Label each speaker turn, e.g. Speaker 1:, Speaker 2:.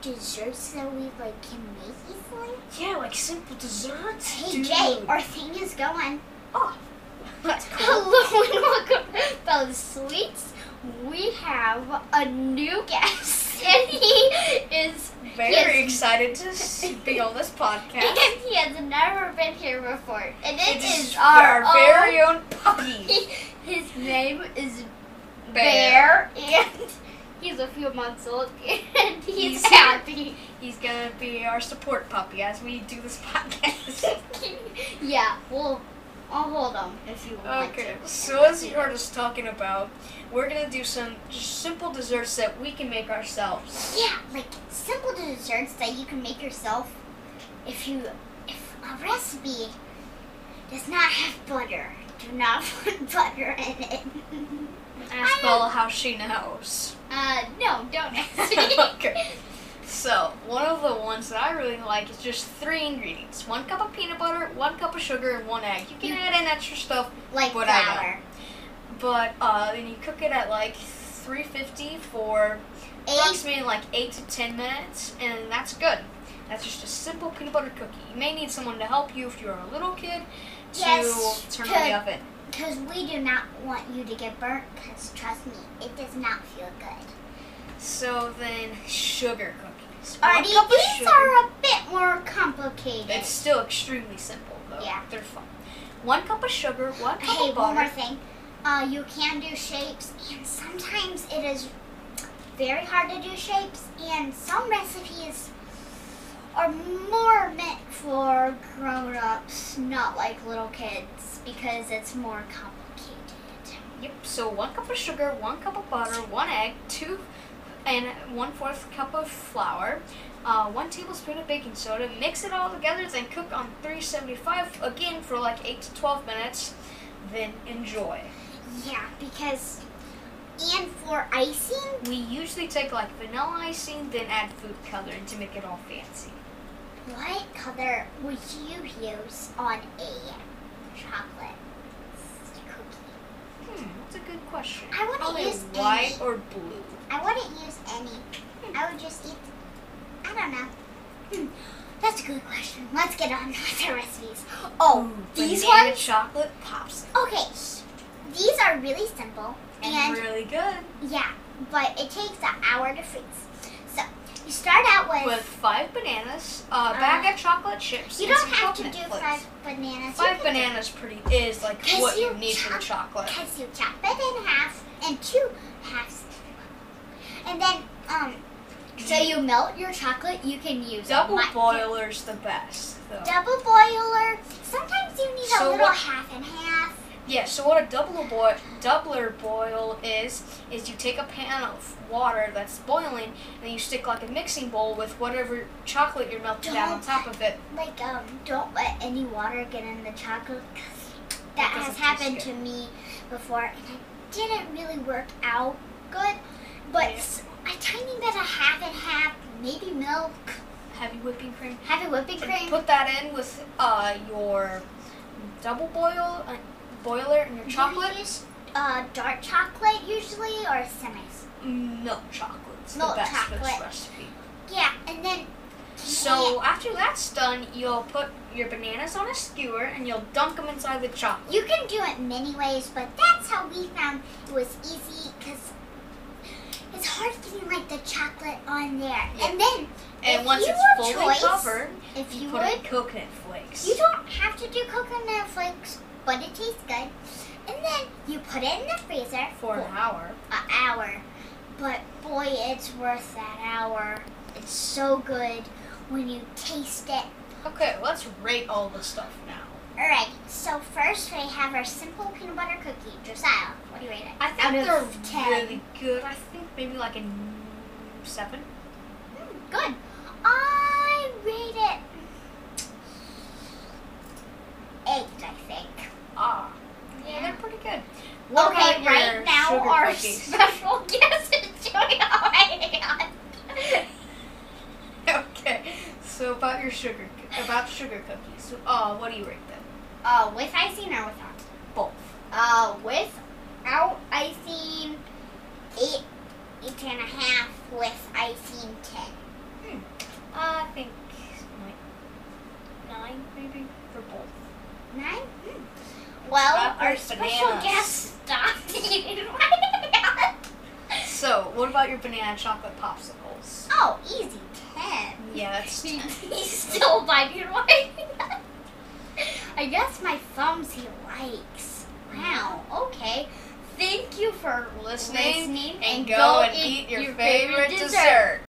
Speaker 1: desserts that we like can make easily?
Speaker 2: Yeah, like simple desserts.
Speaker 1: Hey
Speaker 2: dude.
Speaker 1: Jay, our thing is going.
Speaker 2: Oh, that's cool.
Speaker 1: Hello and welcome, fellow sweets. We have a new guest, and he is
Speaker 2: Very
Speaker 1: Yes.
Speaker 2: excited to s- be on this podcast.
Speaker 1: because he has never been here before, and
Speaker 2: It is
Speaker 1: our, own-
Speaker 2: very own puppy.
Speaker 1: His name is
Speaker 2: Bear.
Speaker 1: Bear, and he's a few months old, and he's,
Speaker 2: He's-
Speaker 1: happy.
Speaker 2: He's gonna be our support puppy as we do this podcast.
Speaker 1: yeah, well, I'll hold him if you want.
Speaker 2: okay, so as you heard us talking about, we're gonna do some just simple desserts that we can make ourselves.
Speaker 1: Yeah, like simple desserts that you can make yourself if you if a recipe does not have butter. Do not put butter in it.
Speaker 2: Ask Bella how she knows.
Speaker 1: Uh no, don't ask me.
Speaker 2: okay. So, one of the ones that I really like is just three ingredients one cup of peanut butter, one cup of sugar, and one egg. You can
Speaker 1: You-
Speaker 2: add in extra stuff,
Speaker 1: Like
Speaker 2: What I know.
Speaker 1: flour.
Speaker 2: but uh, then you cook it at like 350 for
Speaker 1: Eggs
Speaker 2: approximately like 8 to 10 minutes, and that's good. That's just a simple peanut butter cookie. You may need someone to help you if you're a little kid to
Speaker 1: Yes,
Speaker 2: turn
Speaker 1: to-
Speaker 2: on the oven.
Speaker 1: because we do not want you to get burnt because trust me, it does not feel good.
Speaker 2: So then, sugar cookies. One
Speaker 1: Artie,
Speaker 2: cup of
Speaker 1: these
Speaker 2: sugar.
Speaker 1: are a bit more complicated.
Speaker 2: It's still extremely simple though.
Speaker 1: Yeah.
Speaker 2: They're fun. One cup of sugar, one cup
Speaker 1: Hey,
Speaker 2: of
Speaker 1: one more
Speaker 2: butter.
Speaker 1: thing. Uh, you can do shapes, and sometimes it is very hard to do shapes, and some recipes are more meant for grown ups, not like little kids, because it's more complicated.
Speaker 2: Yep. So one cup of sugar, one cup of butter, one egg, two and one fourth cup of flour, uh, one tablespoon of baking soda. Mix it all together, then cook on 375 again for like eight to 12 minutes. Then enjoy.
Speaker 1: Yeah, because. And for icing,
Speaker 2: We usually take like vanilla icing, then add food coloring to make it all fancy.
Speaker 1: what color would you use on a chocolate cookie?
Speaker 2: Hmm, that's a good question.
Speaker 1: I wouldn't
Speaker 2: Probably
Speaker 1: use
Speaker 2: white
Speaker 1: any-
Speaker 2: or blue.
Speaker 1: I wouldn't use any. I would just eat. I don't know. Hmm. That's a good question. Let's get on with the recipes. Oh, these
Speaker 2: Banana
Speaker 1: ones.
Speaker 2: chocolate popsicles.
Speaker 1: Okay, these are really simple and,
Speaker 2: and really good
Speaker 1: yeah, but it takes an hour to freeze. So you start out with.
Speaker 2: with five bananas, uh, a bag of chocolate chips.
Speaker 1: Uh, you
Speaker 2: and
Speaker 1: don't
Speaker 2: some
Speaker 1: have to do
Speaker 2: coconut flakes.
Speaker 1: five bananas.
Speaker 2: Five bananas pretty is like
Speaker 1: Cause
Speaker 2: what
Speaker 1: you
Speaker 2: you need for the chocolate.
Speaker 1: Because you chop it in half and two halves, and then um. So you melt your chocolate. You can
Speaker 2: Mm-hmm.
Speaker 1: use
Speaker 2: Double
Speaker 1: my-
Speaker 2: boiler's the best though.
Speaker 1: Double boiler. Sometimes you need
Speaker 2: So
Speaker 1: a little
Speaker 2: what-
Speaker 1: half and half.
Speaker 2: yeah. So what a double boil doubler boil is is you take a pan of water that's boiling and then you stick like a mixing bowl with whatever chocolate you're melting down on
Speaker 1: Don't-
Speaker 2: top of it.
Speaker 1: Like um, don't let any water get in the chocolate. 'cause
Speaker 2: It
Speaker 1: that has
Speaker 2: doesn't taste
Speaker 1: happened to
Speaker 2: good.
Speaker 1: me before, and it didn't really work out good. But
Speaker 2: Yeah.
Speaker 1: s a tiny bit of half and half, maybe milk,
Speaker 2: Heavy whipping cream.
Speaker 1: heavy whipping
Speaker 2: And
Speaker 1: cream.
Speaker 2: Put that in with uh, your double boil uh, boiler and your
Speaker 1: You
Speaker 2: chocolate.
Speaker 1: use, uh, dark chocolate usually or semis.
Speaker 2: milk chocolate's
Speaker 1: Milk
Speaker 2: the best for this
Speaker 1: chocolate.
Speaker 2: recipe.
Speaker 1: Yeah, and then
Speaker 2: So after that's done, you'll put your bananas on a skewer and you'll dunk them inside the chocolate.
Speaker 1: You can do it many ways, but that's how we found it was easy because it's hard getting like the chocolate on there. And then
Speaker 2: And
Speaker 1: If
Speaker 2: once
Speaker 1: you
Speaker 2: it's
Speaker 1: were
Speaker 2: fully
Speaker 1: choice,
Speaker 2: covered,
Speaker 1: if
Speaker 2: you,
Speaker 1: you
Speaker 2: put
Speaker 1: would,
Speaker 2: in coconut flakes.
Speaker 1: you don't have to do coconut flakes, but it tastes good. And then you put it in the freezer
Speaker 2: for an hour.
Speaker 1: an hour. But boy, it's worth that hour. It's so good when you taste it.
Speaker 2: Okay, let's rate all the stuff now.
Speaker 1: Alright, so first we have our simple peanut butter cookie. Josiah, what do you rate it?
Speaker 2: I think
Speaker 1: Out of
Speaker 2: they're
Speaker 1: 10.
Speaker 2: really good. I think maybe like a n- seven.
Speaker 1: Mm, Good. I rate it eight, I think.
Speaker 2: Ah, yeah,
Speaker 1: Yeah.
Speaker 2: they're pretty good.
Speaker 1: okay,
Speaker 2: about
Speaker 1: right
Speaker 2: your
Speaker 1: now
Speaker 2: sugar
Speaker 1: our
Speaker 2: cookies?
Speaker 1: special guest is doing all right.
Speaker 2: okay, so about your sugar, coo- about sugar cookies. Oh, what do you rate them?
Speaker 1: Uh, with icing or without?
Speaker 2: Both.
Speaker 1: Uh, without icing, eight, eight and a half. With icing, ten.
Speaker 2: Uh, think like nine maybe for both.
Speaker 1: Nine? Well,
Speaker 3: Stop
Speaker 1: our
Speaker 3: your
Speaker 1: special
Speaker 3: bananas.
Speaker 1: guest stopped eating my
Speaker 2: So, what about your banana chocolate popsicles?
Speaker 1: Oh, easy. Ten.
Speaker 2: Yeah, that's
Speaker 1: He- He's still biting away. I guess my thumbs he likes. Wow. Okay. Thank you for
Speaker 2: Listening,
Speaker 1: listening
Speaker 2: and go and eat your favorite dessert.